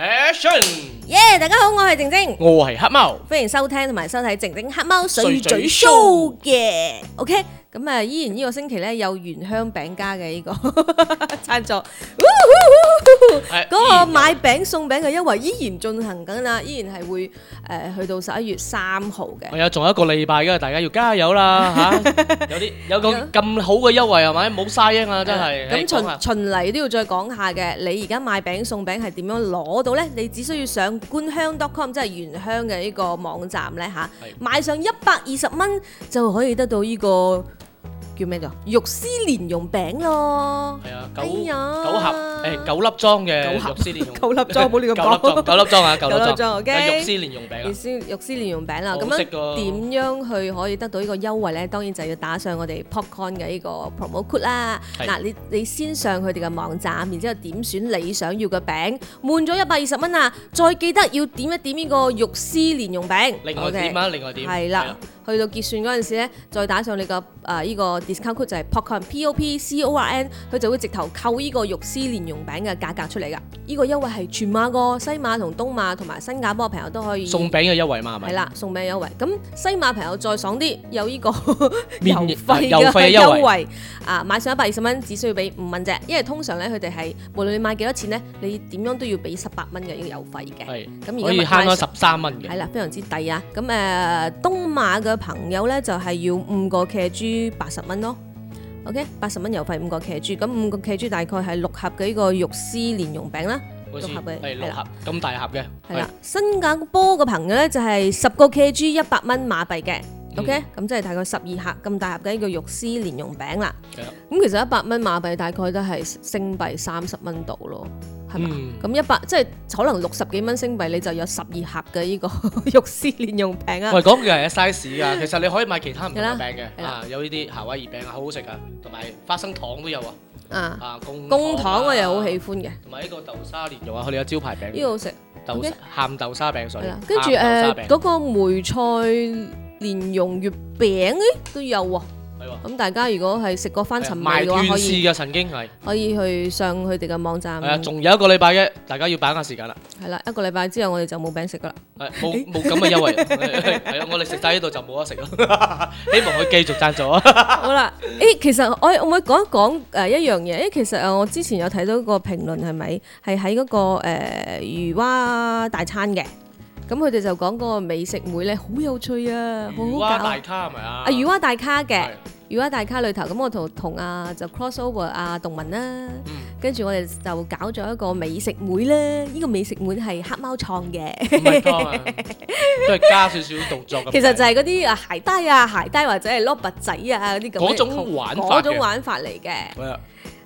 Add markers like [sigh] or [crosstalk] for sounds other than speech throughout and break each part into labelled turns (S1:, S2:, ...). S1: Action！
S2: 耶大家好，我係靜晶，
S1: 我係黑貓，
S2: 歡迎收聽同埋收睇靜晶黑貓水
S1: 水
S2: 嘴
S1: 嘴
S2: show 嘅。OK，咁啊，依然呢個星期咧有原香餅家嘅呢個 [laughs] 贊助，
S1: 係
S2: 嗰個買餅送餅嘅優惠依然進行緊啦，依然係會誒、呃去到十一月三號嘅。
S1: 我有仲有一個禮拜㗎，大家要加油啦
S2: [laughs]
S1: 嚇！有啲有個
S2: Dạ.
S1: 咁好嘅優惠係咪？冇嘥啊嘛，真係。你講下
S2: 咁循循例都要再講下嘅，你而家買餅送餅係點樣攞到呢？你只需要上官香 .com，即係原香嘅呢個網站呢。吓，
S1: 係
S2: 買上一百二十蚊就可以得到呢、個叫咩咗肉絲蓮蓉餅咯。
S1: 係啊，九
S2: 哎
S1: 九
S2: 呀
S1: 盒誒九粒裝嘅
S2: 九盒
S1: 肉絲蓮
S2: [laughs]
S1: 蓉，
S2: 九粒裝唔好亂咁講
S1: 九粒裝九粒裝啊， [laughs]
S2: [laughs] 九
S1: 九
S2: 粒
S1: 粒
S2: 裝
S1: 裝
S2: ，OK
S1: 有肉絲蓮蓉餅
S2: 肉
S1: 啊，
S2: 絲肉絲蓮蓉餅啦，
S1: 好
S2: 咁
S1: 食
S2: 樣
S1: 㗎
S2: 點樣去可以得到呢個優惠呢？當然就要打上我哋 Popcorn 嘅呢個 promo code 啦。
S1: 係
S2: 嗱，你你先上佢哋嘅網站，然之後點選你想要嘅餅，滿咗一百二十蚊啊！再記得要點一點呢個肉絲蓮蓉餅。
S1: 另外
S2: OK
S1: 點啊，另外點
S2: 係啦，，去到結算嗰陣時咧，再打上你個誒依個 discount code 就係 popcorn P O P C O R N，佢就會直頭扣呢個肉絲蓮蓉餅嘅價格出嚟㗎。呢個優惠係全馬個西馬同東馬同埋新加坡嘅朋友都可以。
S1: 送餅嘅優惠嘛係咪？
S2: 係啦，送餅優惠。咁西馬朋友再爽啲，有
S1: [laughs]
S2: 呢個
S1: 免
S2: 郵費
S1: 郵
S2: 嘅
S1: 啊費嘅優惠
S2: 優惠啊！買上一百二十蚊，只需要俾五蚊啫。因為通常咧，佢哋係無論你買幾多錢咧，你點樣都要俾十八蚊嘅呢個郵費嘅。
S1: 係
S2: 咁而家
S1: 可以
S2: 買
S1: 慳
S2: 上
S1: 咗十三蚊嘅
S2: 係。啦，非常之抵啊！咁誒、呃，東馬嘅朋友咧就係、要五個騎豬八十蚊咯。OK，八十蚊郵費五個騎豬，咁五個騎豬大概係六盒嘅呢個肉絲蓮蓉餅啦。
S1: 好似
S2: 六盒嘅
S1: 係六
S2: 係啦
S1: 盒咁大盒嘅，
S2: 係啦，新加坡嘅朋友咧就係十個 kg 一百蚊馬幣嘅
S1: 嗯
S2: ，OK，咁即係大概十二克咁大盒嘅呢個肉絲蓮蓉餅啦。
S1: 係啊啦
S2: 咁其實一百蚊馬幣大概都係星幣三十蚊度咯，係嘛？
S1: 嗯
S2: 咁一百即係可能六十幾蚊星幣，你就有十二盒嘅呢個 [laughs] 肉絲蓮蓉餅啊
S1: 我。係講嘅係
S2: [laughs]
S1: size 啊，其實你可以買其他唔同
S2: 係啦
S1: 嘅餅
S2: 係
S1: 嘅，
S2: 啦
S1: 啊有呢啲夏威夷餅啊，好好食啊，同埋花生糖都有啊，
S2: 啊，
S1: 啊公
S2: 公
S1: 糖
S2: 糖我又好喜
S1: 喜，
S2: 歡嘅，呢
S1: 同埋呢個豆沙蓮蓉啊，佢哋有招牌
S2: 個
S1: 餅，
S2: 好食
S1: 豆
S2: OK
S1: 鹹豆沙餅水
S2: 係啦。，跟住
S1: 鹹
S2: 誒
S1: 豆沙餅
S2: 嗰個梅菜蓮蓉月餅咦都有喎。
S1: 係喎
S2: 咁大家如果係食過翻
S1: 係啊
S2: 尋
S1: 賣
S2: 味嘅話，可
S1: 斷
S2: 以
S1: 市。嘅曾經係
S2: 可以去上佢哋嘅網站，
S1: 係啊，仲有一個禮拜嘅，大家要把握時間啦，
S2: 係啦，一個禮拜之後我哋就冇餅食噶啦。
S1: 係冇冇咁
S2: [laughs]
S1: 嘅優惠，係啊，我哋食晒呢度就冇得食啦， [laughs] 希望佢繼續
S2: [laughs]
S1: 贊助啊，
S2: 好啦，誒，其實我我咪講一講誒一樣嘢，誒，其實誒我之前有睇到個評論係咪係喺嗰個誒魚蛙大餐嘅，咁佢哋就講嗰個美食會咧好有趣啊，好
S1: 魚
S2: 好
S1: 蛙
S2: 搞
S1: 大
S2: 啊，
S1: 卡係咪啊？
S2: 啊魚蛙大咖嘅
S1: 係。
S2: 魚蛙大咖裏頭，咁我同同啊就 cross over 啊動文啦， [laughs]
S1: 嗯
S2: 跟住我哋就搞咗一個美食會咧，呢、個美食會係黑貓創嘅。
S1: 唔係湯啊，都係加少少動作咁解。
S2: 其實就係嗰啲啊鞋帶啊、鞋帶或者係攞拔仔啊嗰啲咁嘅
S1: 嗰種玩法嘅
S2: 嗰種玩法嚟嘅，
S1: 係啊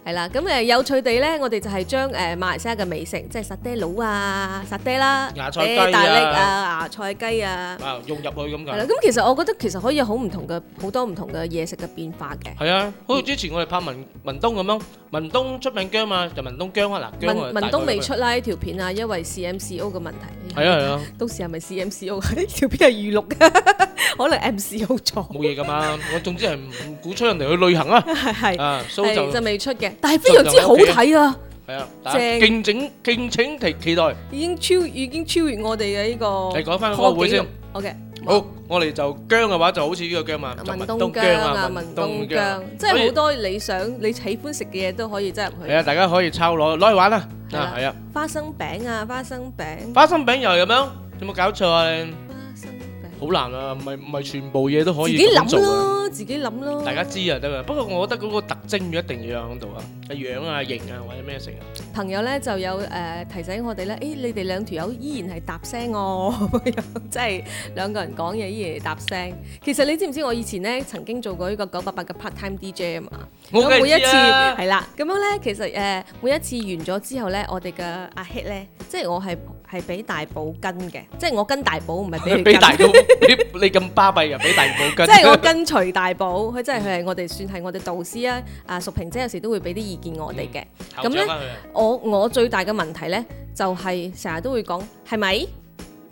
S2: 係啦。咁誒有趣地咧，我哋就係將誒馬來西亞嘅美食，即係沙爹佬啊、沙爹啦、
S1: 芽菜雞啊
S2: 嗲大力啊、芽菜雞啊，
S1: 啊，用入去咁
S2: 係啦。
S1: 㗎。
S2: 咁其實我覺得其實可以有好唔同嘅好多唔同嘅嘢食嘅變化嘅。
S1: 係啊，好似之前我哋拍文文東咁樣，文東出名姜嘛，就文東姜啊嗱，姜
S2: 文
S1: 啊
S2: 文東未出
S1: 大
S2: 啦呢條片啊，因為 CMCO 嘅問題。
S1: 概咁樣。係啊係
S2: [laughs]
S1: 啊，
S2: 到時係咪 CMCO 呢條片係預錄 [laughs] 嘅，可能 MCO 咗，
S1: [laughs] 冇嘢㗎嘛。我總之係唔鼓吹人哋去旅行啊。
S2: 係係
S1: 啊，所以就
S2: 係就未出嘅，但係非常之好睇啊！
S1: 係啊，大家
S2: 正
S1: 敬請敬請期期待。
S2: 已經超已經超越我哋嘅呢個。
S1: 你講返嗰個會先。
S2: OK，
S1: 好，我哋就姜嘅話就好似呢個姜嘛，就
S2: 文
S1: 文
S2: 東
S1: 東
S2: 姜
S1: 姜
S2: 啊，
S1: 啊，
S2: 文
S1: 文
S2: 東
S1: 東姜。
S2: 姜，即係好多你想你喜歡食嘅嘢都可以真係入
S1: 係
S2: 去。
S1: 啊，大家可以抄攞攞去玩啊。
S2: 係啦
S1: 啊，係啊，
S2: 花生餅啊，花生餅，
S1: 花生餅又係咁樣，有冇搞錯啊？你
S2: 花生餅，
S1: 好難啊，唔係唔係全部嘢都可
S2: 自
S1: 以
S2: 己
S1: 咁
S2: 諗
S1: 做啊！
S2: 咯，自己諗咯。
S1: 大家知啊得啊，不過我覺得嗰個特徵要一定要有喺度啊，個樣啊、型啊或者咩成啊，
S2: 朋友咧就有誒、呃提醒我哋咧，誒、你哋兩條友依然係搭聲哦， [laughs] 即係兩個人講嘢依然係搭聲。其實你知唔知我以前咧曾經做過呢個九八八嘅 part time DJ 啊嘛？
S1: 我梗
S2: 咁每一
S1: 係
S2: 次
S1: 知啊，
S2: 係啦，咁樣咧，其實誒、呃每一次完咗之後咧，我哋嘅阿 hit 咧，即係我係係俾大寶跟嘅，即係我跟大寶，唔係 [laughs] 俾佢
S1: 俾
S2: 跟
S1: 大佬，你你咁巴閉啊，俾大佬跟，
S2: 即係我跟隨大寶，佢真係佢係我哋算係我哋導師啊！啊，淑萍姐有時都會俾啲意見我哋嘅。
S1: 校長啊佢啊
S2: 我我最大嘅問題咧，就係成日都會講係咪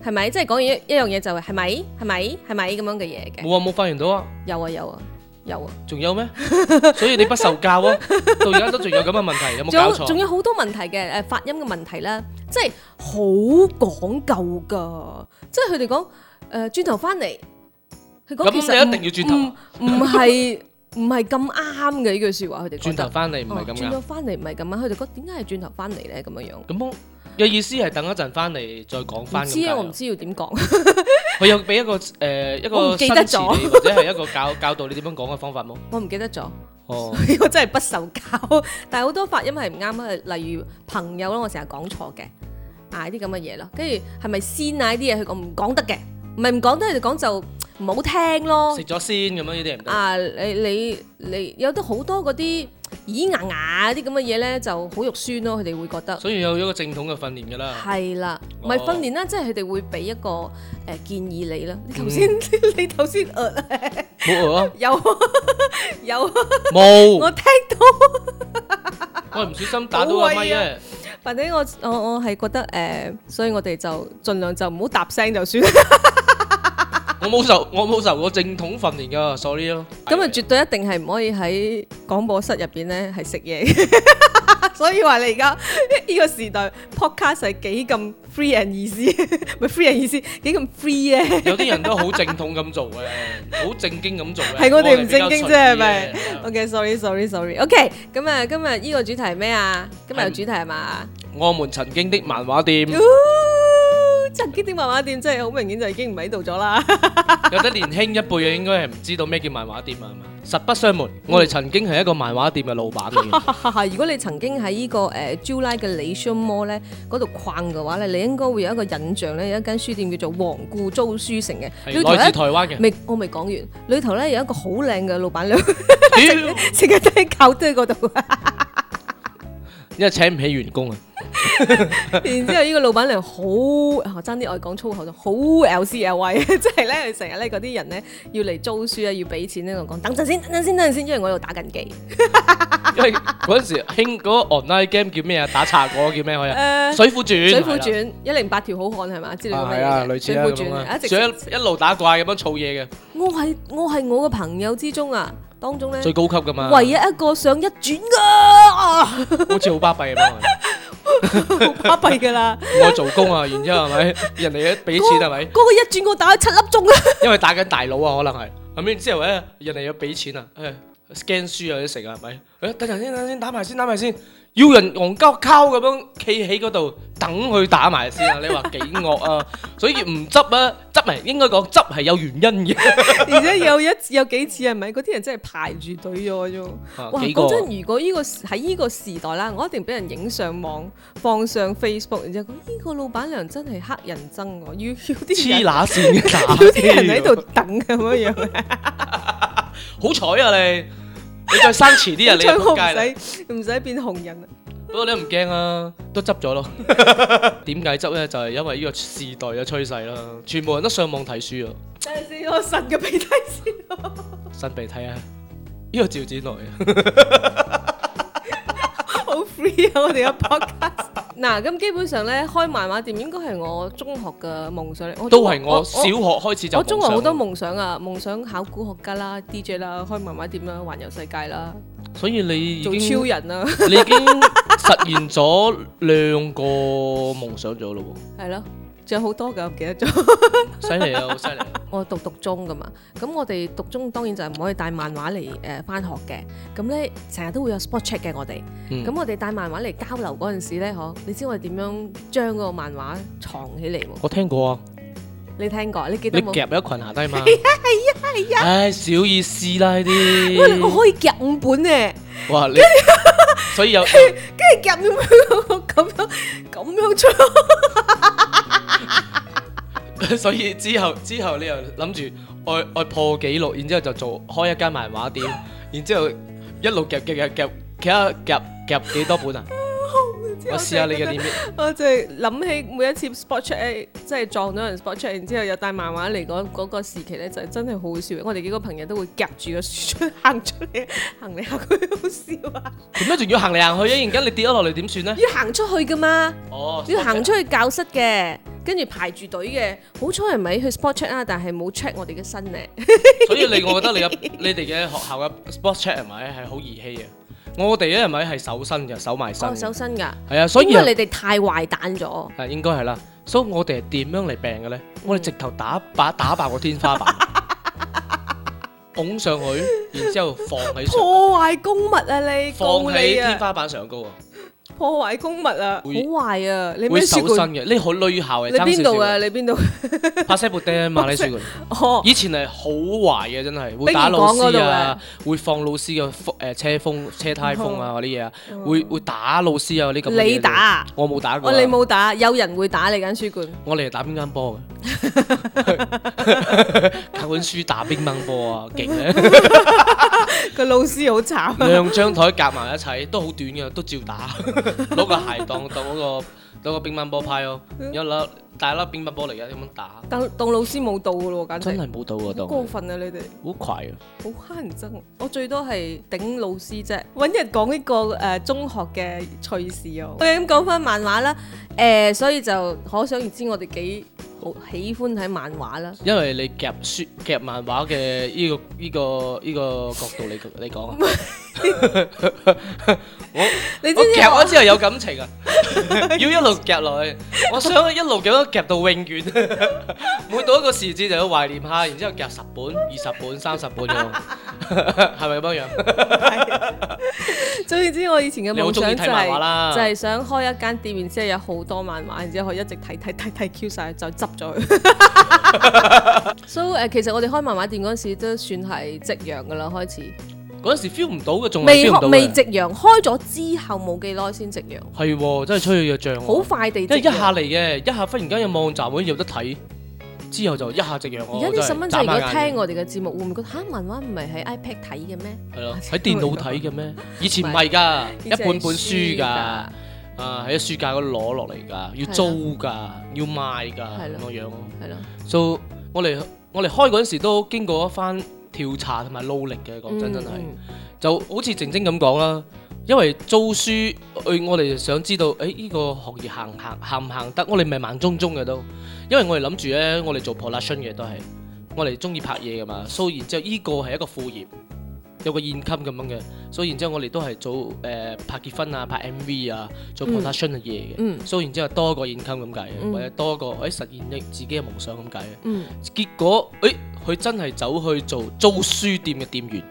S2: 係咪，即係講完一一樣嘢就係係咪係咪係咪咁樣嘅嘢嘅。
S1: 冇啊冇發現到啊，
S2: 有啊有啊，有啊，
S1: 仲有咩？所以你不受
S2: [laughs]
S1: 教啊，到而家都仲有咁嘅問題，有冇
S2: 仲
S1: 搞
S2: 有仲
S1: 錯？
S2: 有好多問題嘅誒、發音嘅問題啦，即係好講究噶，即係佢哋講誒轉頭翻嚟，佢講
S1: 咁
S2: 其實唔
S1: 你一定要轉頭啊
S2: 唔唔係唔係咁啱嘅呢句説話，佢哋覺
S1: 轉頭
S2: 得哦
S1: 翻嚟唔係咁
S2: 轉
S1: 啱
S2: 咗，翻嚟唔係咁啱，佢哋覺得點解係轉頭翻嚟咧咁樣樣？
S1: 咁嘅意思係等一陣翻嚟再講
S2: 唔
S1: 翻咁
S2: 知
S1: 解
S2: 啊，
S1: 啊。
S2: 我唔知要點講。 [laughs]
S1: 佢有俾一個誒一
S2: 我
S1: 個
S2: 唔記
S1: 新
S2: 得
S1: 詞
S2: 咗
S1: 你，或者係一個教 [laughs] 教導你點樣講嘅方法冇？
S2: 我唔記得咗，
S1: 哦，
S2: 我真係不受教。 [laughs] 但係好多發音係唔啱嘅，例如朋友啦，我成日講錯嘅，啊呢啲咁嘅嘢咯。跟住係咪先啊？呢啲嘢佢講唔講得嘅，唔係唔講得，佢哋講就唔好聽咯
S1: 食。咗先咁樣呢啲係唔得。
S2: 啊，你你你有得好多嗰啲咦牙牙啲咁嘅嘢咧，就好肉酸咯。佢哋會覺得
S1: 所以有一個正統嘅訓練㗎啦。
S2: 係啦，唔係
S1: 哦
S2: 訓練啦，即係佢哋會俾一個誒、呃建議你啦。你頭先
S1: 哦
S2: [laughs] 你頭先呃啦
S1: 冇餓啊？
S2: 有有，
S1: 哦冇，
S2: 我聽到。
S1: 我係唔小心打到個咪啫。
S2: 或者我我我係覺得誒、呃所以我哋就盡量就唔好搭聲就算啦。
S1: 我冇受，我冇受過正統訓練㗎，sorry 咯。
S2: 咁啊，
S1: 係
S2: 絕對一定係唔可以喺廣播室入邊咧係食嘢 [laughs] 嘅。所以話你而家呢個時代 podcast 係幾咁 free and easy，咪 [laughs] free and easy 幾咁 free 咧？
S1: 有啲人都好正統咁做嘅，好正經咁做嘅。
S2: 係我哋唔正經啫，係
S1: 我
S2: 咪
S1: 哋比較純啲嘅
S2: ？OK，sorry，sorry，sorry，OK，咁啊，今日呢個主題係咩啊？今日有
S1: 係嗯
S2: 主題係嘛？
S1: 我們曾經的漫
S2: [laughs]
S1: 畫店，
S2: 哦曾經啲漫畫店真係好明顯就已經唔喺度咗啦。
S1: 有啲年輕一輩嘅應該係唔知道咩叫漫畫店啊，係嘛？實不相瞞，我哋曾經係一個漫畫店嘅老闆嚟嘅。
S2: 啊如果你曾經喺呢、個誒 July 嘅 l a s i o n Mall 咧嗰度逛嘅話咧，你應該會有一個印象咧，有一間書店叫做皇冠租書城嘅，
S1: 係
S2: 裏頭
S1: 來自
S2: 咧
S1: 台灣
S2: [laughs]
S1: 嘅。
S2: 未我未講完，裏頭咧有一個好靚嘅老闆娘， [laughs]
S1: 屌，
S2: 成日都喺靠堆嗰度，啊
S1: 因為請唔起員工啊。
S2: 然之後呢個老闆娘好，我爭啲愛講粗口就好 L C L Y，即啊 [laughs] 係咧佢成日咧嗰啲人咧要嚟租書啊，要俾錢咧，我講等陣先，等陣先，等陣先，因為我喺度打緊
S1: [laughs]
S2: 機。
S1: 因為嗰陣時興嗰個 online game 叫咩啊？打茶果叫咩開啊？
S2: 誒
S1: 水滸
S2: 《
S1: 傳，
S2: 呃水滸
S1: 係啦
S2: 傳》一零八條好漢係嘛？之類咁
S1: 啊，
S2: 嘅
S1: 係啊，
S2: 嘢嘅，
S1: 類
S2: 《
S1: 似
S2: 水滸
S1: 啦咁
S2: 傳
S1: 樣》
S2: 一直
S1: 啦，仲一一路打怪咁樣儲嘢嘅，
S2: 我係我係我嘅朋友之中啊，當中咧
S1: 最高級噶嘛，
S2: 唯一一個上一轉噶，啊， [laughs] 好
S1: 好似好巴閉咁啊！
S2: 巴閉
S1: [laughs]
S2: 噶啦！
S1: 我做工啊，然之後係咪人哋一俾錢係咪
S2: 嗰？個一轉我打咗七粒
S1: [laughs]
S2: 鐘啊！
S1: 因為打緊大佬啊，可能係後面之後咧，人哋要俾錢啊，誒 scan 書啊啲食啊係咪？誒等陣先，等陣先，打埋先，打埋先，要人戇鳩鳩咁樣企喺嗰度等佢打埋先啊！你話幾惡啊？ [laughs] 所以唔執啊，執係應該講執係有原因嘅。
S2: 而且有一有幾次係咪嗰啲人真係排住隊咗啫？
S1: 啊
S2: 哇！
S1: 幾個
S2: 講真，如果呢個喺呢個時代啦，我一定俾人影上網，放上 Facebook，然之後講呢個老闆娘真係黑人憎我，要要啲
S1: 黐
S2: 人
S1: 乸
S2: [laughs]
S1: 線嘅打
S2: 要啲人喺度等咁樣樣。
S1: 好彩啊你！你再生遲啲啊，你
S2: [laughs] 最
S1: 就
S2: 好
S1: 仆
S2: 唔
S1: 街啦。
S2: 使唔使變紅人啊！
S1: 不過你都唔驚啊，都執
S2: [laughs]
S1: 咗咯。點解執咧？就係因為呢個時代嘅趨勢啦，全部人都上網睇書啊，
S2: 等陣先，我擤個鼻涕先。
S1: 擤鼻涕啊！呢個趙子來啊，
S2: 好 free 啊！我 [laughs] 哋嘅 podcast。嗱，咁基本上咧，開漫畫店應該係我中學嘅夢想嚟。
S1: 都係我小
S2: 小
S1: 學開始就
S2: 我中學好多
S1: 夢
S2: 夢想啊，夢想考古學家啦、DJ 啦、開漫畫店啦、環遊世界啦、
S1: 想，所以你已
S2: 做
S1: 經
S2: 超 [laughs] 人啦，
S1: [laughs] 你已經實現咗兩個夢想咗咯
S2: [laughs] 係咯，仲有好多㗎，唔記
S1: [laughs]
S2: 得咗。
S1: 喎，犀利啊，好犀利啊！
S2: 我讀讀中噶嘛，咁我哋讀中當然就係唔可以帶漫畫嚟誒翻學嘅，咁咧成日都會有 spot check 嘅我哋，咁、
S1: 嗯
S2: 我哋帶漫畫嚟交流嗰陣時咧，嗬，你知我哋點樣將嗰個漫畫藏起嚟冇？
S1: 我聽過啊，
S2: 你聽過？你記
S1: 你
S2: 得冇？
S1: 夾咗裙下
S2: [laughs]
S1: 低嘛？係啊係啊！唉，小意思啦呢
S2: 喂，我
S1: 啲。
S2: 可以夾五本咧，
S1: 哇！ [laughs] 你所以有 [laughs]
S2: 跟住夾五本咁樣咁樣出，
S1: 所以之後之後你又諗住愛愛破紀錄，然之後就做開一間漫畫 [laughs] 店，然之後一路夾夾夾夾夾夾夾幾多本啊？ [laughs] 我試下你嘅點。
S2: 我就係諗起每一次 spot check，即係撞到人 spot check，然之後又帶漫畫嚟嗰嗰個時期咧，就真係好好笑。我哋幾個朋友都會夾住個書出行出嚟， [laughs] 行嚟行去，好笑啊！
S1: 點解仲要行嚟行去啊？然間你跌咗落嚟點算咧？
S2: 要行出去噶嘛，
S1: 哦，
S2: 要行出去教室嘅。跟住排住隊嘅，好彩係咪去 spot check 啦，但係冇 check 我哋嘅身咧。
S1: 所以你我覺得你 [laughs] 嘅你哋嘅學校嘅 sport check 係咪係好兒戲嘅？啊我哋咧係咪係手身嘅，手埋身
S2: 哦，
S1: 嘅，
S2: 手身㗎，
S1: 係啊，所以
S2: 因
S1: 啊
S2: 為你哋太壞蛋咗。
S1: 係啊應該係啦。所以我哋係點樣嚟病嘅咧？我哋直頭打把打爆個天
S2: [laughs]
S1: 花板，拱上去，然之後放喺
S2: [laughs]
S1: 上
S2: 破壞公物啊！你
S1: 放
S2: 告
S1: 喺
S2: 你
S1: 天
S2: 啊！
S1: 花板上高啊，
S2: 破壞公物啊！好
S1: 會
S2: 壞啊！你
S1: 會
S2: 咩
S1: 手
S2: 書
S1: 身
S2: 館？
S1: 嘅。呢好女校係
S2: 你邊
S1: 爭少
S2: 度
S1: 少
S2: 啊？
S1: 嘅。
S2: 你邊度？ [laughs]
S1: 拍西布丁嘛，呢書館。
S2: 哦，
S1: 以前係好壞嘅，真係會打老
S2: 冰
S1: 師
S2: 魚
S1: 啊
S2: 港，
S1: 會放老師嘅風誒車風車胎風
S2: [laughs]
S1: 啊嗰啲嘢啊，會會打老師啊嗰啲咁嘅嘢。
S2: 你打？啊？
S1: 我冇打過
S2: 哦，
S1: 啊。
S2: 你冇打，有人會打你間書
S1: [laughs]
S2: 館。
S1: 我哋係打乒乓波嘅，教本書打乒乓波啊，勁咧！
S2: 個老師好慘啊！
S1: 兩張台夾埋一齊都好短嘅，都照打，攞個鞋當當嗰個當個乒乓波派咯，有粒大粒乒乓波嚟嘅咁樣打，
S2: 當當老師冇到噶咯，簡直
S1: 真係冇到啊
S2: 嗯好
S1: 當，
S2: 過分啊！你哋
S1: 好快啊！
S2: 好乞人憎，我最多係頂老師啫。揾日講呢個誒、呃中學嘅趣事啊！我哋咁講翻漫畫啦，誒、所以就可想而知我哋幾好喜歡睇漫畫啦。
S1: 因為你夾書夾漫畫嘅呢個呢個呢個角度嚟嚟講啊， [laughs]
S2: 你知
S1: 我
S2: 唔知
S1: 夾
S2: 我
S1: 咗之後有感情啊， [laughs] 要一路夾落去，我想一路咁樣夾到永遠， [laughs] 每到一個時節就要懷念下，然之後夾十本、二十本、三十本咁樣，係咪咁樣？ [laughs]
S2: 總言之，我以前嘅
S1: 你好
S2: 夢
S1: 中
S2: 想
S1: 意
S2: 就
S1: 睇漫畫
S2: 係、
S1: 啦
S2: 就係想開一間店，然之後有好多漫畫，然之後可以一直睇睇睇睇 Q 晒，就執咗佢。
S1: [laughs]
S2: 所以誒，其實我哋開漫畫店嗰陣時都算係夕陽噶啦，開始
S1: 嗰陣時 feel 唔到嘅，仲係
S2: 未
S1: 哦 feel 唔
S2: 開
S1: 到
S2: 未
S1: 嘅，
S2: 夕陽，開咗之後冇幾耐先夕陽，
S1: 係喎，真係吹佢嘅漲
S2: 好
S1: 喎，
S2: 快地夕
S1: 因為一下
S2: 陽。
S1: 嚟嘅，一下忽然間有網站可以有得睇，之後就一下夕陽
S2: 而
S1: 我
S2: 家啲細蚊仔如果
S1: 哦真係眨下眼
S2: 聽我哋嘅節目，會唔會覺得嚇漫畫唔係喺 iPad 睇嘅咩？
S1: 係咯，喺電腦睇嘅咩？以前唔係㗎，一
S2: 呢隻係
S1: 本本書㗎，
S2: 㗎
S1: 啊喺書架嗰度攞落嚟㗎，要租㗎，要賣㗎
S2: 係
S1: 咁
S2: 咯
S1: 樣樣咯。
S2: 係咯，
S1: 所以我哋我哋開嗰陣時都經過一番調查同埋努力嘅，講哦真真係
S2: 嗯
S1: 就好似靜晶咁講啦。因為租書，去我哋想知道，誒、呢、個行業行唔行行唔行得？我哋唔係盲中中嘅都，因為我哋諗住咧，我哋做 production 嘅都係，我哋中意拍嘢噶嘛，
S2: 嗯
S1: 所以然之後呢個係一個副業，有個現金咁樣嘅，所以然之後我哋都係做誒、呃拍結婚啊、拍 MV 啊、做 production 嘅嘢嘅，
S2: 嗯
S1: 所以然之後多一個現金咁解嘅，
S2: 嗯
S1: 或者多一個誒、實現自己嘅夢想咁解嘅。
S2: 嗯，
S1: 結果誒，佢、真係走去做租書店嘅店員。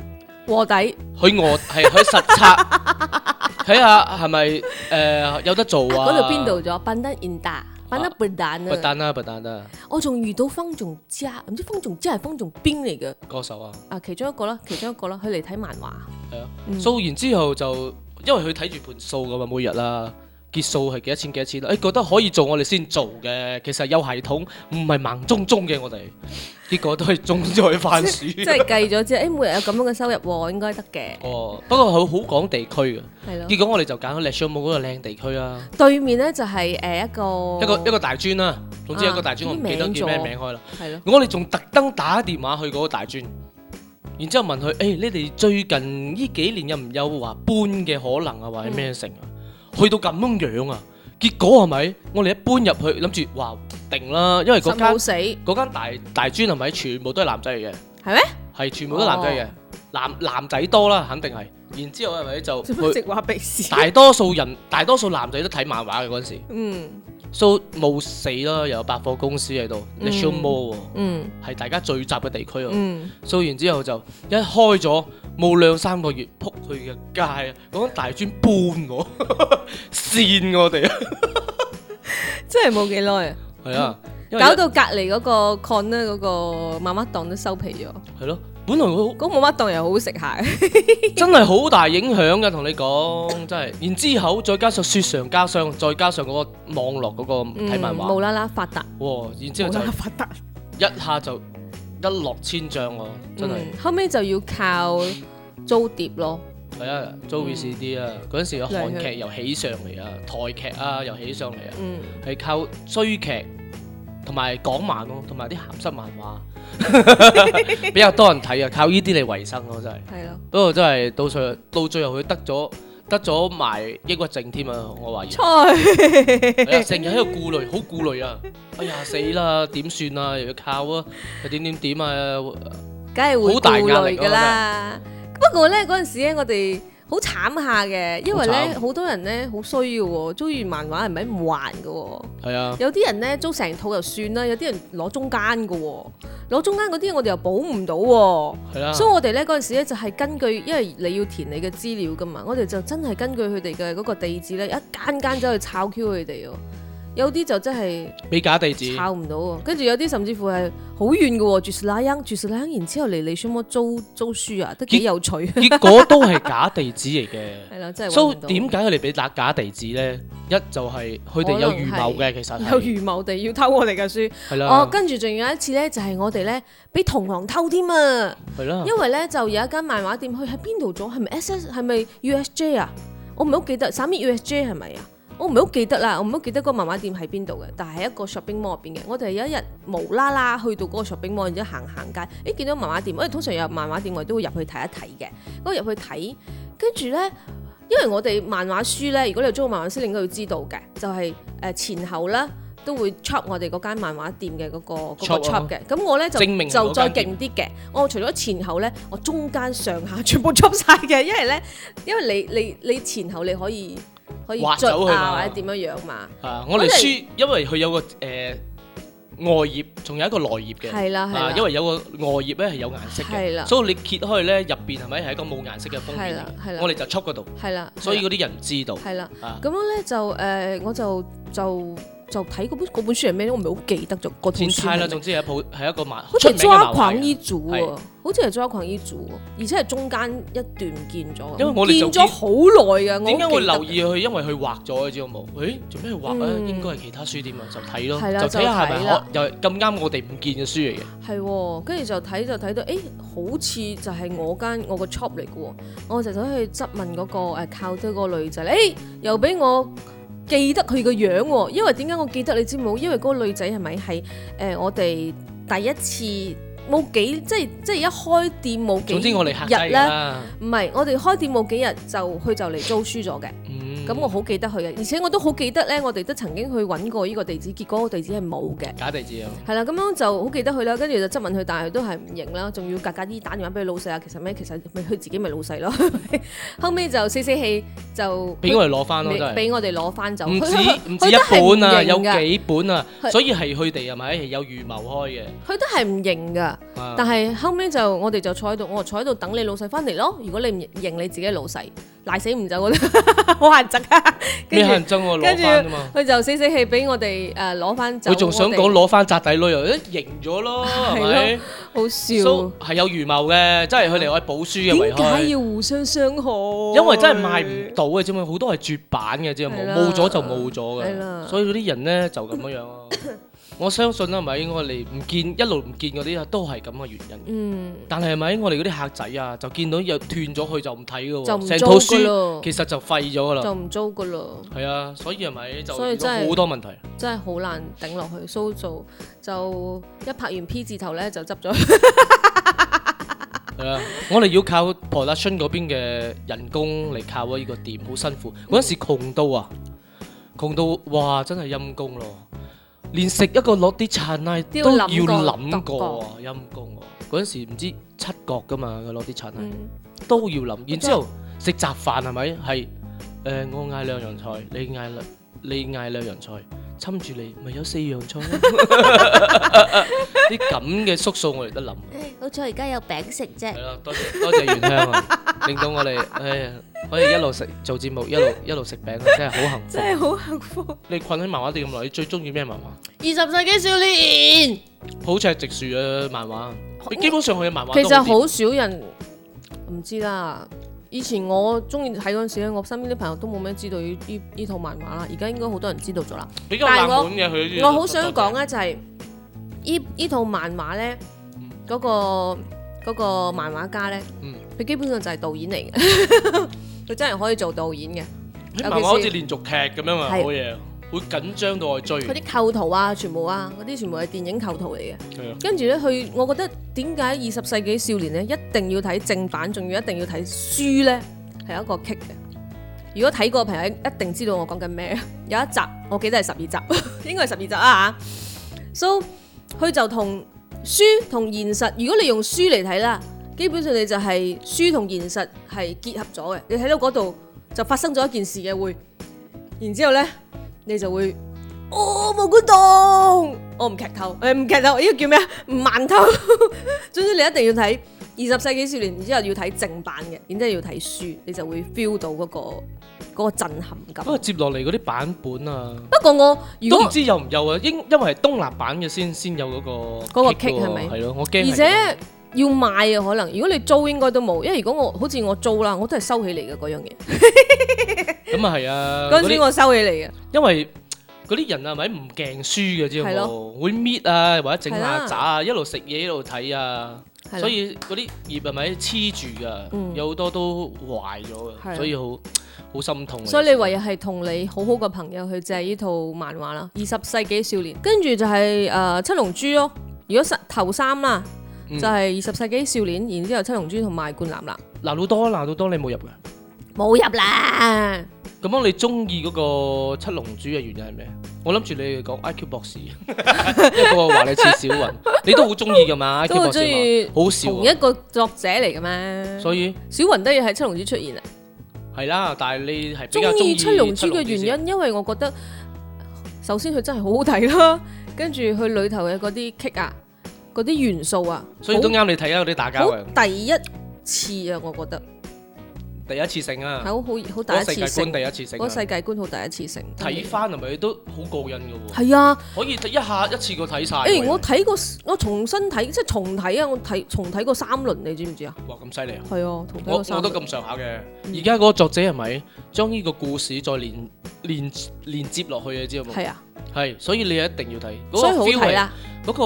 S2: 卧底
S1: 佢我係佢實測，
S2: [laughs]
S1: 睇下係咪誒有得做
S2: 啊
S1: 啊？
S2: 嗰度邊度咗？笨得 in 達，笨得笨蛋
S1: 不
S2: 啊！
S1: 單啦，不單啦，
S2: 我哦仲遇到方仲嘉，唔知方仲嘉係方仲邊嚟嘅
S1: 歌手啊，
S2: 啊，其中一個啦，其中一個啦，佢嚟睇漫畫，
S1: 係啊。
S2: 嗯
S1: 數完之後就因為佢睇住盤數㗎嘛，每日啦。結數係幾多錢幾多錢啦？誒、覺得可以做我哋先做嘅，其實有系統，唔係盲中中嘅我哋， [laughs] 結果都係中咗去番薯。
S2: 即係計咗之後，誒每日有咁樣嘅收入喎，應該得嘅，
S1: 哦，不過佢好講地區嘅，啊
S2: 係咯。
S1: 結果我哋就揀咗 l e s h o 嗰個靚地區啦。
S2: 對面咧就係誒一個
S1: 一個一個大專啦，總之一個大專，
S2: 哦啊
S1: 我唔記得叫咩名開啦。
S2: 係咯，
S1: 我哋仲特登打電話去嗰個大專，然之後問佢：，誒、你哋最近呢幾年有唔有話搬嘅可能啊，或者咩成啊？去到咁樣樣啊，結果係咪？我哋一搬入去，諗住話定啦，因為嗰
S2: 實
S1: 間
S2: 冇死係
S1: 嗰間大大專係咪全部都係男仔嚟嘅？ [laughs]
S2: 咩？
S1: 係全部都係男仔嚟嘅，
S2: 哦
S1: 男男仔多啦，肯定係。然之後係
S2: [laughs]
S1: 咪就佢
S2: 話鼻屎
S1: 大多數人大多數男仔都睇漫畫嘅嗰陣時。
S2: 嗯
S1: so 冇死啦，有百貨公司喺度，National Mall 喎，
S2: 嗯
S1: 係大家聚集嘅地區喎。
S2: 嗯，
S1: so 完之後就一開咗冇兩三個月，撲佢嘅街啊！嗰間大專搬我， [laughs] 扇我哋啊！
S2: 真係冇幾耐啊，
S1: 係啊，因為
S2: 搞到隔離嗰個 con 咧嗰個媽媽檔都收皮咗，
S1: 係咯，本來佢好
S2: 嗰個媽媽檔又好食下，
S1: 真係好大影響嘅，同你講真係。然之後再加上雪上加霜，再加上嗰個網絡嗰個睇漫
S2: 無
S1: 畫，
S2: 啦啦發達，
S1: 哇！然之後
S2: 無嗯
S1: 就
S2: 啦啦發達。
S1: 一下就一落千丈喎，真係。
S2: 嗯後尾就要靠租碟咯，
S1: 係啊，租 VCD 啊，嗰陣時嘅韓
S2: 嚟
S1: 劇又起上嚟啊，台劇啊又起上嚟啊，
S2: 嗯，
S1: 係靠追劇同埋港漫咯，同埋啲鹹濕漫
S2: [laughs]
S1: 畫比較多人睇啊，靠呢啲嚟維生咯，真係。
S2: 係咯，
S1: 不過真係到最到最後佢得咗得咗埋抑鬱症添啊！
S2: [laughs]
S1: 我懷疑。
S2: 菜
S1: 係啊，成日喺度顧慮，好顧慮啊！哎呀，死啦，點算啊？又要靠啊，又點點點啊！
S2: 梗係會
S1: 好大
S2: 顧
S1: 壓力
S2: 慮
S1: 啊
S2: 㗎啦。不過咧嗰陣時咧，我哋好慘下嘅，因為
S1: 好
S2: 咧
S1: 慘
S2: 好多人咧好衰嘅喎，中意漫畫係咪唔還嘅喎？
S1: 係啊，
S2: 有啲人咧租成套就算啦，有啲人攞中間嘅喎，攞中間嗰啲我哋又補唔到喎。
S1: 係啦，
S2: 所以我哋咧嗰陣時咧就係根據，因為你要填你嘅資料噶嘛，我哋就真係根據佢哋嘅嗰個地址咧，一間間走去抄 Q 佢哋喎。有啲就真係
S1: 俾假地址。
S2: 抄唔到喎，跟住有啲甚至乎係好遠嘅喎，住士那英，住士那英，然之後嚟你什麼租租書啊，都幾
S1: 咦
S2: 有趣。 [laughs] 係
S1: 結果都係假地址嚟
S2: [laughs]
S1: 嘅。
S2: 啦，真係
S1: 所
S2: 揾
S1: 以
S2: 唔到。
S1: 點解佢哋俾假假地址咧？一就係佢哋有預謀嘅，其啊
S2: [laughs]
S1: 實
S2: 有
S1: 係
S2: 預謀地要偷我哋嘅書？
S1: 係啦，
S2: 哦，跟住仲有一次咧，就係我哋咧俾同行偷添啊！
S1: 係啦，
S2: 因為咧就有一間漫畫店，佢喺邊度咗？係咪 S S 係咪 U S J 啊？我唔係好記得，省面 U S J 係咪啊？我唔係好記得啦，我唔係好記得嗰個漫畫店喺邊度嘅，但係喺一個 shopping mall 入邊嘅。我哋有一日無啦啦去到嗰個 shopping mall，然之後行行街，誒見到漫畫店，我哋通常有漫畫店，我哋都會入去睇一睇嘅。咁入去睇，跟住咧，因為我哋漫畫書咧，如果你有租過漫畫書，你應該要知道嘅，就係、誒前後啦。都會 chop 我哋嗰間漫畫店嘅嗰、個嗰個
S1: chop
S2: chop
S1: 啊
S2: 嘅，咁我咧就
S1: 證明
S2: 就
S1: 嗰
S2: 再
S1: 間
S2: 勁
S1: 店
S2: 啲嘅。我除咗前後咧，我中間上下 [laughs] 全部捉晒嘅，因為咧，因為你你你前後你可以可以
S1: 劃
S2: 捽
S1: 走佢
S2: 啊
S1: 嘛
S2: 或者點樣樣嘛，
S1: 啊，我哋書因為佢有個誒外頁，仲有一個內頁嘅。
S2: 係啦係
S1: 啊，
S2: 啦
S1: 因，為有個外頁咧係有顏色
S2: 係啦
S1: 嘅，所以你揭開咧入邊係咪係一個冇顏色嘅封
S2: 係
S1: 面
S2: 啦係啦
S1: 嚟？我哋就 chop 嗰度，
S2: 係啦，
S1: 所以嗰啲人唔知道
S2: 係啦，
S1: 啊。
S2: 咁樣咧就誒、呃我就就就睇嗰本嗰本書係咩咧，我唔係好記得咗嗰本
S1: 先
S2: 書
S1: 猜啦，
S2: 係
S1: 總
S2: 咩。
S1: 之係一部係一個漫
S2: 好
S1: 出
S2: 似係
S1: 名嘅
S2: 抓
S1: 漫畫
S2: 狂
S1: 嘅
S2: 依組喎，好似係抓狂依組喎，而且係中間一段唔見咗，
S1: 因為我哋就
S2: 唔見咗好耐嘅，我
S1: 點解
S2: 好記
S1: 會
S2: 得
S1: 留意佢？因為佢畫咗，你知道冇？誒，做咩佢畫咧？
S2: 嗯
S1: 應該係其他書店啊，就睇咯，
S2: 係啦
S1: 就睇下係
S2: 就
S1: 咪
S2: 睇啦
S1: 可又係咁啱我哋唔見嘅書嚟嘅。
S2: 係喎，跟住就睇就睇到，誒、好似就係我間我個 shop 嚟嘅喎，我就走去質問嗰、個誒靠堆嗰個女仔，誒、又俾我記得佢個樣喎，因為點解我記得你知冇？因為嗰個女仔係咪係誒我哋第一次冇幾即係即係一開店冇幾
S1: 總之我哋客
S2: 日
S1: 低
S2: 咧，
S1: 啦，
S2: 唔係我哋開店冇幾日就佢就嚟租書咗嘅。
S1: 嗯，
S2: 咁我好記得佢嘅，而且我都好記得咧，我哋都曾經去揾過呢個地址，結果個地址係冇嘅。
S1: 假地址啊，
S2: 係啦，咁樣就好記得佢啦，跟住就質問佢，但係佢都係唔認啦，仲要格格啲打電話俾佢老細啊。其實咩？其實咪佢自己咪老細
S1: [laughs]
S2: 咯。後尾就死死氣就
S1: 俾我哋攞翻咯，
S2: 俾
S1: 真係。
S2: 俾我哋攞翻走。
S1: 唔
S2: 佢
S1: 止唔
S2: 佢
S1: 止一
S2: 都係唔
S1: 本啊，
S2: 認
S1: 有
S2: 㗎
S1: 幾本啊
S2: 佢，
S1: 所以係佢哋係咪係有預謀開
S2: 佢都係唔認㗎。
S1: 嘅？啊
S2: 但係後尾就我哋就坐喺度，我就坐喺度等你老細翻嚟咯。如果你唔認你自己老細，賴死唔走嗰啲，
S1: [laughs]
S2: 好難窒啊！跟
S1: 咩
S2: 住
S1: 人憎我
S2: 跟
S1: 攞
S2: 住
S1: 翻啊嘛？
S2: 佢就死死氣俾我哋誒攞翻走。
S1: 佢仲想講
S2: 我哋
S1: 攞翻扎底女啊，誒贏咗咯，係咪
S2: 好
S1: ？So
S2: 笑，
S1: 係有預謀嘅，即係佢哋愛補書嘅為
S2: 點解
S1: 開。
S2: 要互相傷害？
S1: 因為真係賣唔到嘅啫嘛，好多係絕版嘅啫嘛，
S2: 係啦
S1: 冇咗就冇咗
S2: 係啦
S1: 嘅，所以嗰啲人咧就咁樣
S2: [laughs]
S1: 樣咯。我相信啦，係咪我哋唔見一路唔見嗰啲啊，都係咁嘅原因。
S2: 嗯。
S1: 但係係咪我哋嗰啲客仔啊，就見到又斷咗佢就唔睇嘅
S2: 就唔
S1: 喎，成
S2: 租
S1: 套
S2: 㗎
S1: 書
S2: 咯，
S1: 其實就廢咗噶
S2: 就
S1: 啦。
S2: 唔租㗎咯，
S1: 係啊，所以係咪就
S2: 所以真係
S1: 好多問題？
S2: 真係好難頂落去。蘇做就一拍完 P 字頭咧，就執咗。
S1: 係啊， [laughs] 我哋要靠 production 嗰邊嘅人工嚟靠啊！呢個店好辛苦，嗰陣時窮到啊，窮到哇！真係陰公咯，連食一個落啲燦奶
S2: 都要
S1: 都
S2: 諗
S1: 要
S2: 過
S1: 諗
S2: 度
S1: 過
S2: 過
S1: 啊！陰公啊！嗰陣時唔知七角噶嘛，佢落啲燦奶
S2: 嗯
S1: 都要諗，然之後食雜飯係咪？係誒、呃我嗌兩樣菜，你嗌兩你嗌兩樣菜，侵住你咪有四樣菜咯。啲咁嘅縮數我哋
S2: [laughs]
S1: 都諗。
S3: 好彩而家有餅食啫
S1: 係。啦，多謝多謝原香啊，令到我哋唉可以一路食做節目，一路一路食餅啊，真係好幸福
S2: 真。係好幸福。
S1: 你困喺漫畫店咁耐，你最中意咩漫畫？
S2: 二十世紀少年，
S1: 好似係直樹嘅漫畫，基本上佢嘅漫畫
S2: 其
S1: 都
S2: 實
S1: 好
S2: 好少人唔知啦。以前我中意睇嗰陣時咧，我身邊啲朋友都冇咩知道呢呢呢套漫畫啦。而家應該好多人知道咗啦。
S1: 啲比較冷門嘅佢。
S2: 我好想講，咧，就係呢呢套漫畫咧，
S1: 嗯
S2: 嗰個嗰個漫畫家咧
S1: 嗯，
S2: 佢基本上就係導演嚟嘅，佢真係可以做導演嘅。
S1: 啲漫畫好似連續劇咁樣啊，
S2: 係
S1: 好嘢，會緊張到我追。
S2: 佢啲構圖啊，全部啊，嗰啲全部係電影構圖嚟嘅。
S1: 係啊
S2: 跟住咧，佢我覺得點解二十世紀少年咧一定要睇正版，仲要一定要睇書咧，係一個棘嘅。如果睇過嘅朋友一定知道我講緊咩。有一集我記得係十二集，應 [laughs] 該係十二集啊嚇。So 佢就同書同現實，如果你用書嚟睇啦，基本上你就係書同現實係結合咗嘅。你睇到嗰度就發生咗一件事嘅會，然之後呢，你就會。哦，毛管動，我唔劇透，誒、唔劇透，呢個叫咩啊？唔慢透。 [laughs] 總之你一定要睇二十世紀少年，然之後要睇正版嘅，然之後要睇書，你就會 feel 到嗰、個嗰個震撼感。
S1: 啊不過接落嚟嗰啲版本啊，
S2: 不過我如
S1: 都唔
S2: 果
S1: 知有唔有啊，因因為係東立版嘅先先有嗰個
S2: 嗰個
S1: kick
S2: kick
S1: 喎
S2: 係咪
S1: 係咯，我驚係
S2: 而且要買啊，可能如果你租應該都冇，因為如果我好似我租啦，我都係收起嚟嘅嗰樣嘢。
S1: 咁啊係啊，
S2: 嗰
S1: 嗰
S2: 陣時
S1: 啲
S2: 我收起嚟嘅，
S1: 因為嗰啲人啊，咪唔鏡書嘅知
S2: 係
S1: 冇，會搣啊或者整下
S2: 係啦
S1: 渣啊，一路食嘢一路睇啊，
S2: 係啦
S1: 所以嗰啲葉係咪黐住噶？
S2: 嗯
S1: 有好多都壞咗
S2: 係
S1: 嘅，
S2: 啊
S1: 所以好好心痛啊。
S2: 所以你
S1: 有時
S2: 唯有係同你好好嘅朋友去借呢套漫畫啦，《二十世紀少年》，跟住就係、誒、七龍珠咯。如果實頭三啦，
S1: 嗯
S2: 就係《二十世紀少年》，然之後七龍珠同埋灌籃啦，
S1: 嗱到多嗱到多，你冇入嘅。
S2: 冇入啦。
S1: 咁樣你中意嗰個七龍珠嘅原因係咩？我諗住你哋講 IQ 博士， [laughs] 因為嗰個話你似小雲，你都好中意噶嘛？IQ
S2: 都好
S1: 博士
S2: 中意
S1: 嘛好笑
S2: 同
S1: 啊，
S2: 一個作者嚟嘅咩？
S1: 所以
S2: 小雲都要喺七龍珠出現啊！
S1: 係啦。但係你係比較
S2: 中
S1: 中
S2: 意
S1: 意
S2: 七龍珠嘅
S1: 先
S2: 原因，因為我覺得首先佢真係好好睇啦， [laughs] 跟住佢裏頭嘅嗰啲 kick 啊，嗰啲元素啊，
S1: 所以都啱你睇啊！嗰啲打交
S2: 好
S1: 嘅
S2: 好第一次啊，我覺得
S1: 第一次性
S2: 係
S1: 啊，
S2: 好好好
S1: 嗰個
S2: 第
S1: 世
S2: 一
S1: 界
S2: 次性
S1: 觀，第一次性
S2: 嗰個世
S1: 啊，
S2: 界觀好第一次性。
S1: 睇翻係咪都好過癮嘅喎？
S2: 係啊，
S1: 可以一下一次過睇晒喎。
S2: 誒我睇過，我重新睇，即係重睇啊！我睇重睇過三輪，你知唔知啊？
S1: 哇咁犀利啊！
S2: 係啊，重睇
S1: 我
S2: 過
S1: 我
S2: 三輪。
S1: 都咁上下嘅。而家嗰個作者係咪將呢個故事再連連連接落去嘅？知道冇？
S2: 係啊，
S1: 係，所以你一定要睇，嗰、
S2: 所以
S1: 個
S2: 好
S1: feel
S2: 睇
S1: 係
S2: 啦。
S1: 嗰個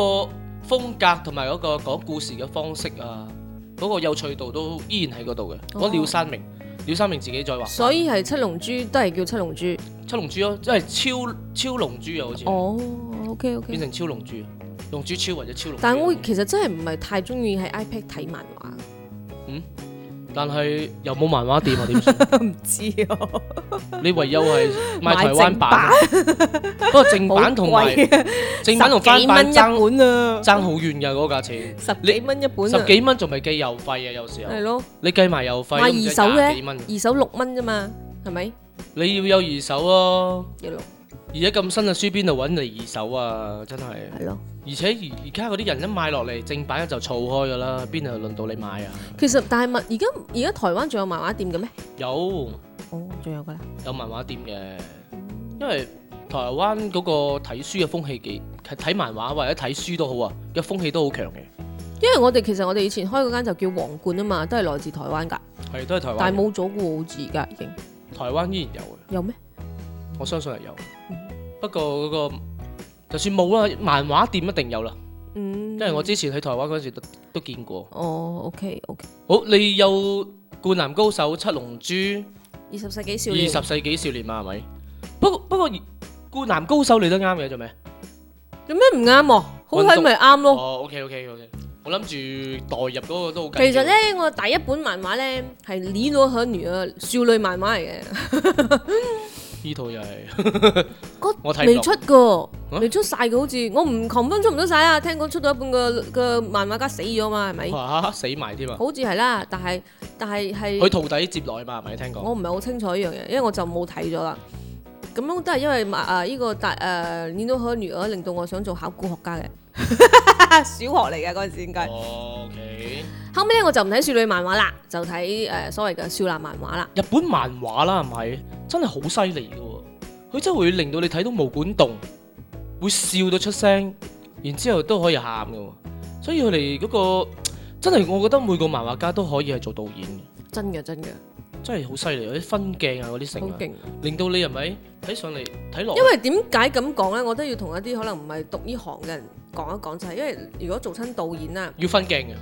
S1: 風格同埋嗰個講故事嘅方式啊，嗰、個有趣度都依然喺嗰度嘅。
S2: 哦
S1: 嗰、廖山明，廖山明自己再畫，
S2: 所以係七龍珠都係叫七龍珠。
S1: 七龍珠咯，即係超超龍珠啊，好似、
S2: 哦，OK OK
S1: 變。成超龍珠，龍珠超或者超龍珠。
S2: 但我其實真係唔係太中意喺 iPad 睇漫畫，
S1: [laughs] 但係又冇漫畫店啊，
S2: [laughs]
S1: 點算？
S2: 唔知啊，
S1: 你唯有係買
S2: 買
S1: 台
S2: 正
S1: 灣版啊，不過正版同埋
S2: 啊
S1: [laughs] 正版同翻版爭
S2: 蚊一本啊，
S1: 爭好遠㗎嗰個價錢，
S2: 十幾蚊一本
S1: 十
S2: 啊，
S1: 幾蚊仲未計郵費啊，嗯有時候
S2: 係。咯，
S1: 你計埋郵費
S2: 買
S1: 都唔
S2: 二
S1: 使
S2: 手
S1: 廿幾蚊
S2: 咧，，二手六蚊啫嘛，係咪？
S1: 你要有二手啊！
S2: 一六
S1: 而家咁新嘅書邊度揾嚟二手啊？真係，
S2: 係咯。
S1: 而且而而家嗰啲人一買落嚟正版就儲開噶啦，邊度輪到你買啊？
S2: 其實但係物而家而家台灣仲有漫畫店嘅咩？
S1: 有
S2: 哦，仲有㗎啦。
S1: 有漫畫店嘅，因為台灣嗰個睇書嘅風氣幾睇睇漫畫或者睇書都好啊，嘅風氣都好強嘅，
S2: 因為我哋其實我哋以前開嗰間就叫皇冠啊嘛，都係來自台灣㗎，
S1: 係都係台
S2: 但係
S1: 灣嘅，
S2: 冇咗嘅喎，好似而家已經
S1: 台灣依然有嘅，
S2: 有咩？
S1: 我相信係有。不過嗰、個就算冇啦，漫畫店一定有啦，
S2: 嗯，
S1: 因為我之前喺台灣嗰陣時都都見過。
S2: 哦，OK OK，
S1: 好，你有《灌籃高手》《七龍珠》
S2: 二十世紀少年，
S1: 二十世紀少年嘛？係咪？不過不過，《灌籃高手》你都啱嘅，做咩？
S2: 有咩唔啱喎？好睇咪啱咯。
S1: 哦，OK OK OK，我諗住代入嗰個都好緊要。
S2: 其實咧，我第一本漫畫咧係《李羅和女兒》少女漫畫嚟嘅，
S1: 呢套又係 [laughs]
S2: 嗰
S1: 我睇唔
S2: 未
S1: 落
S2: 出噶
S1: 啊，
S2: 未出晒嘅好似，我唔 confirm 出唔出晒啊？聽講出到一半個個漫畫家死咗嘛，係咪？
S1: 哇死埋添啊！
S2: 好似係啦，但係但係
S1: 佢
S2: 係
S1: 徒弟接來嘛？係咪聽講？
S2: 我唔係好清楚呢樣嘢，因為我就冇睇咗啦。咁樣都係因為漫啊呢個大誒《李羅和女兒》令到我想做考古學家嘅， [laughs] 小學嚟嘅嗰陣時應該。
S1: 哦 OK，
S2: 後尾咧我就唔睇少女漫畫啦，就睇誒所謂嘅少男漫畫啦。
S1: 日本漫畫啦，係咪？真係好犀利嘅喎，佢真係會令到你睇到毛管動，會笑到出聲，然之後都可以喊嘅喎。所以佢哋嗰個真係，我覺得每個漫畫家都可以係做導演嘅。
S2: 真嘅真嘅，
S1: 真係好犀利，嗰啲分鏡啊，嗰啲
S2: 好
S1: 成啊，
S2: 勁。
S1: 令到你係咪睇上嚟
S2: [laughs]
S1: 睇落？
S2: 因為點解咁講呢？我都要同一啲可能唔係讀呢行嘅人講一講，就係、因為如果做親導演啊，
S1: 要分鏡嘅，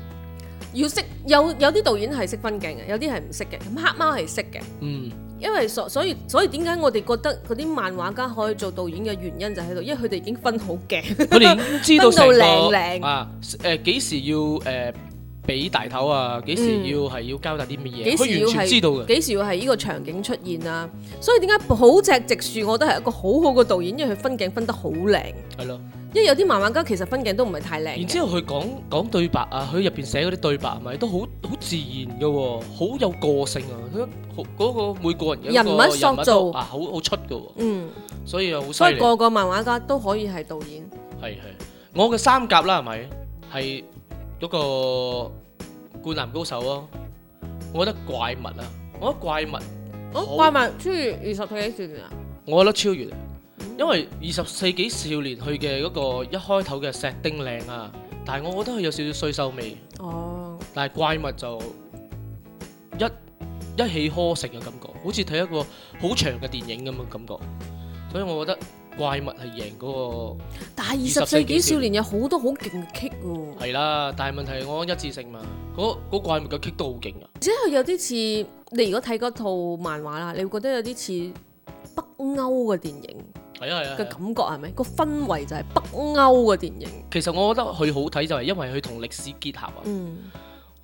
S2: 要識有有啲導演係識分鏡嘅，有啲係唔識嘅。咁黑貓係識嘅，
S1: 嗯，
S2: 因為所所以所以點解我哋覺得嗰啲漫畫家可以做導演嘅原因就喺度，因為佢哋已經分好鏡。 [laughs]
S1: 佢哋已經知道成
S2: 分到靚靚
S1: 個啊誒幾時要誒俾大頭啊，幾時要係要交代啲乜
S2: 嗯
S1: 嘢，
S2: 幾時
S1: 佢
S2: 要
S1: 完全
S2: 係
S1: 知道嘅。
S2: 幾時會係呢個場景出現啊？所以點解好隻直樹，我覺得係一個好好嘅導演，因為佢分鏡分得好靚。
S1: 係咯，
S2: 因為有啲漫畫家其實分鏡都唔係太靚
S1: 然
S2: 嘅，
S1: 之後佢講講對白啊，佢入邊寫嗰啲對白係咪都好好自然嘅喎，好有個性啊，佢好嗰個每個人嘅嗰個
S2: 人物塑造
S1: 啊，好好出嘅喎，
S2: 嗯，
S1: 所以又好犀
S2: 所以
S1: 利。
S2: 個個漫畫家都可以係導演。
S1: 係係，我嘅三甲啦係咪？係嗰個灌籃高手咯，我覺得怪物啊，我覺得怪物。
S2: 哦
S1: 好
S2: 怪物超越二十世紀少年啊！
S1: 我覺得超越，
S2: 嗯
S1: 因為二十世紀少年佢嘅嗰個一開頭嘅石丁靚啊，但係我覺得佢有少少衰收味，
S2: 哦，
S1: 但係怪物就一一氣呵成嘅感覺，好似睇一個好長嘅電影咁嘅感覺，所以我覺得怪物係贏嗰、
S2: 但係二
S1: 20
S2: 十世
S1: 世紀
S2: 紀少年有好多好勁嘅 kick 喎，
S1: 個係啦，但係問題係我一致性嘛，嗰、嗰怪物嘅 kick 都好勁啊，
S2: 而且佢有啲似你如果睇嗰套漫畫啦，你會覺得有啲似北歐嘅電影
S1: 係啊係啊
S2: 嘅
S1: 係
S2: 感
S1: 啊，
S2: 覺係咪？個氛圍就係北歐嘅電影。
S1: 其實我覺得佢好睇就係因為佢同歷史結合啊。
S2: 嗯，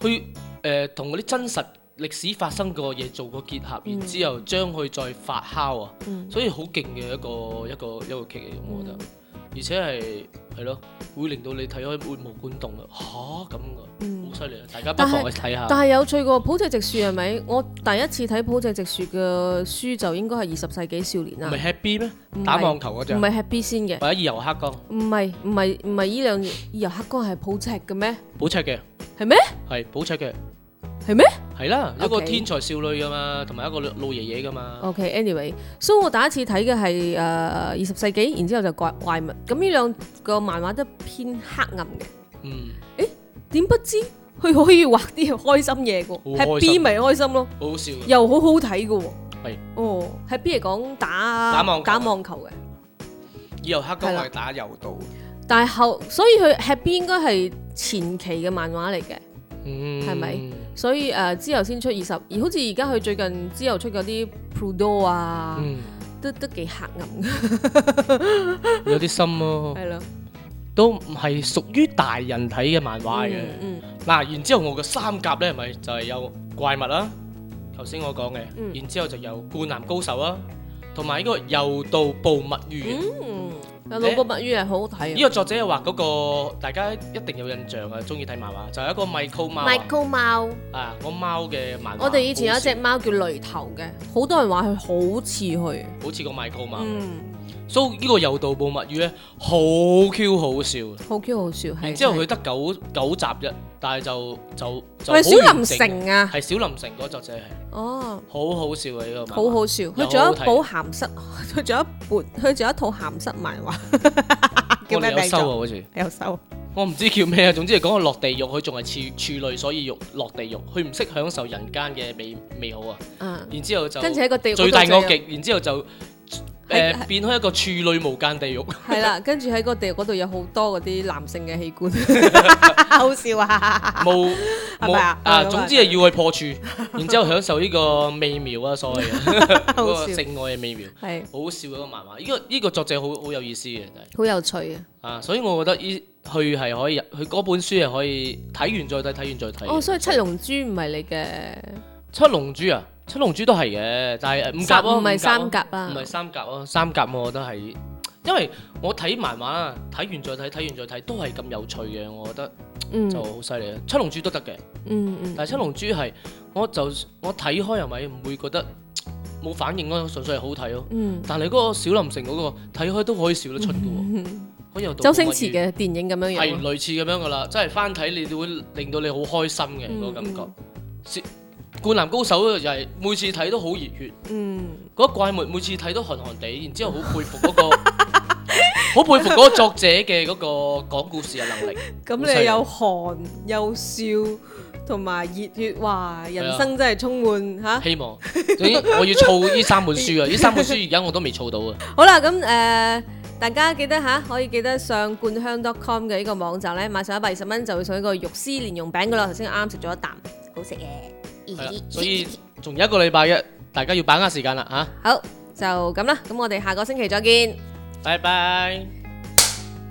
S1: 去誒同嗰啲真實歷史發生過嘅嘢做個結合，然之後將佢再發酵啊，
S2: 嗯
S1: 所以好勁嘅一個一個一個劇嚟，我覺得，而且係係咯，會令到你睇開會無管動啊，嚇咁噶，
S2: 嗯
S1: 好犀利啊！大家不
S2: 但係
S1: 妨去睇下，
S2: 但係有趣過普濟直樹係咪？我第一次睇普濟直樹嘅書就應該係二十世紀少年
S1: 唔
S2: 啦
S1: 係，Happy 咩？
S2: 唔係
S1: 打網球嗰只
S2: 唔，係 Happy 先嘅，
S1: 或者二遊黑江，
S2: 唔係唔係唔係依兩遊黑哥係普赤嘅咩？
S1: 寶赤嘅
S2: 係咩？
S1: 係寶赤嘅
S2: 係咩？
S1: 係啦，一個
S2: OK
S1: 天才少女噶嘛，同埋一個老老爺爺噶嘛，
S2: OK，anyway，所以我第一次睇嘅係誒二十世紀，然之後就怪怪物。咁呢兩個漫畫都偏黑暗嘅，
S1: 嗯，
S2: 點不知佢可以畫啲開心嘢嘅喎
S1: 好開心啊
S2: ，happy 咪開心咯，
S1: 好好笑嘅，
S2: 又好好睇嘅喎。
S1: 係
S2: 哦，happy 係講打
S1: 打網球啊
S2: 打網球嘅，
S1: 二遊黑
S2: 係
S1: 江
S2: 啦
S1: 係打柔道，
S2: 但係後所以佢 happy 應該係前期嘅漫畫嚟嘅。
S1: 嗯，
S2: 係咪？所以誒、呃之後先出二十，而好似而家佢最近之後出嗰啲 Prudo 啊，
S1: 嗯，
S2: 都都幾黑暗嘅，
S1: 有啲深咯。
S2: 係咯，
S1: 都唔係屬於大人睇嘅漫畫嚟嘅。
S2: 嗯嗯
S1: 嗱、然之後我嘅三甲呢，咪就係、有怪物啦，頭先我講嘅，
S2: 嗯
S1: 然之後就有灌籃高手啦，同埋呢個柔道部物語。呢、
S2: 嗯，有老國物語係好好睇啊，
S1: 個作者又畫嗰、個，大家一定有印象啊，中意睇漫畫就係、一個米高貓
S3: Michael 貓
S1: 啊，我貓嘅漫畫。
S2: 我哋以前有一隻
S1: 好
S2: 貓叫雷頭嘅，好多人話佢好似佢，
S1: 似好似個米高貓，
S2: 嗯，
S1: 所以呢個柔道部物語呢，好 Q 好笑嘅。
S2: 好 Q 好笑，係
S1: 然之後
S2: 真
S1: 佢
S2: 係
S1: 得九九集啫，但係就就就
S2: 係咪
S1: 好
S2: 小
S1: 完
S2: 林
S1: 整
S2: 城啊，
S1: 係小林城嗰個作者係。
S2: 哦。
S1: 好好笑啊！呢個漫畫
S2: 好好笑，佢
S1: 又
S2: 仲有
S1: 好
S2: 一
S1: 睇
S2: 部鹹濕， [laughs] 佢仲有一本，佢仲有一套鹹濕漫
S1: [laughs]
S2: 畫，叫
S1: 我
S2: 咩
S1: 哋有
S2: 名
S1: 收啊，
S2: 作？
S1: 好似
S2: 有收，
S1: 我唔知叫咩啊。總之係講個落地獄，佢仲係處處女，所以欲落地獄，佢唔識享受人間嘅美美好啊。
S2: 嗯，
S1: 然之後就
S2: 跟住喺個地獄嗰
S1: 最
S2: 度
S1: 大
S2: 就有
S1: 惡極，然之後就
S2: 係
S1: 誒變開一個處女無間
S2: [laughs]
S1: 地獄。
S2: 係啦，跟住喺個地獄嗰度有好多嗰啲男性嘅器官， [laughs] 好笑啊！
S1: 冇
S2: 係
S1: 冇
S2: 咪啊
S1: 啊！
S2: 係咁啊
S1: 總之係要去
S2: [laughs]
S1: 破處，然之後享受呢個美妙啊，所謂嘅嗰
S2: 好
S1: 個
S2: 笑，
S1: 性愛嘅美妙，
S2: 係
S1: 好好笑嘅啊一個漫畫。呢個呢個作者好好有意思嘅，真係。
S2: 好有趣啊！
S1: 啊，所以我覺得依佢係可以，佢嗰本書係可以睇完再睇，睇完再睇。
S2: 哦，所以七龍珠唔係你嘅，
S1: 七龍珠啊，七龍珠都係嘅，但係誒呃五甲咯，
S2: 唔係
S1: 五甲咯
S2: 三甲啊
S1: 唔係三甲咯，三甲我覺得係，因為我睇漫畫啊，睇完再睇，睇完再睇，都係咁有趣嘅，我覺得
S2: 嗯
S1: 就好犀利啊！七龍珠都得嘅，
S2: 嗯嗯，
S1: 但係七龍珠係我就我睇開係咪唔會覺得冇反應咯，純粹係好睇咯。 [laughs]
S2: 嗯，
S1: 但係嗰個小林城嗰、個睇開都可以笑得出嘅喎，可以有
S2: 周星馳嘅電影咁樣
S1: 係
S2: 樣，
S1: 類似咁樣噶啦，即係翻睇你會令到你好開心嘅
S2: 嗯
S1: 嗰個感覺。是灌籃高手又係每次睇都好熱血，
S2: 嗯，
S1: 嗰個怪物每次睇都寒寒地，然之後好佩服
S2: [laughs]
S1: 嗰、個，好佩服嗰個作者嘅嗰個講故事嘅
S2: [laughs]
S1: 能力。
S2: 咁
S1: 好犀
S2: 你
S1: 利
S2: 有寒有笑。同埋熱血，哇！人
S1: 啊
S2: 生真係充滿嚇。
S1: 希望，總之我要儲呢三本
S2: [laughs]
S1: 書啊！呢三本書而家我都未儲到啊！
S2: 好啦，咁誒、呃大家記得吓，可以記得上冠香 .com 嘅呢個網站咧，買上一百二十蚊就會送一個肉絲蓮蓉餅噶啦。頭先啱食咗一啖。
S3: 好食嘅，
S1: 係啦，所
S2: [laughs]
S1: 以仲有一個禮拜嘅，大家要把握時間啦嚇！
S2: 好，就咁啦。咁我哋下個星期再見。
S1: 拜拜。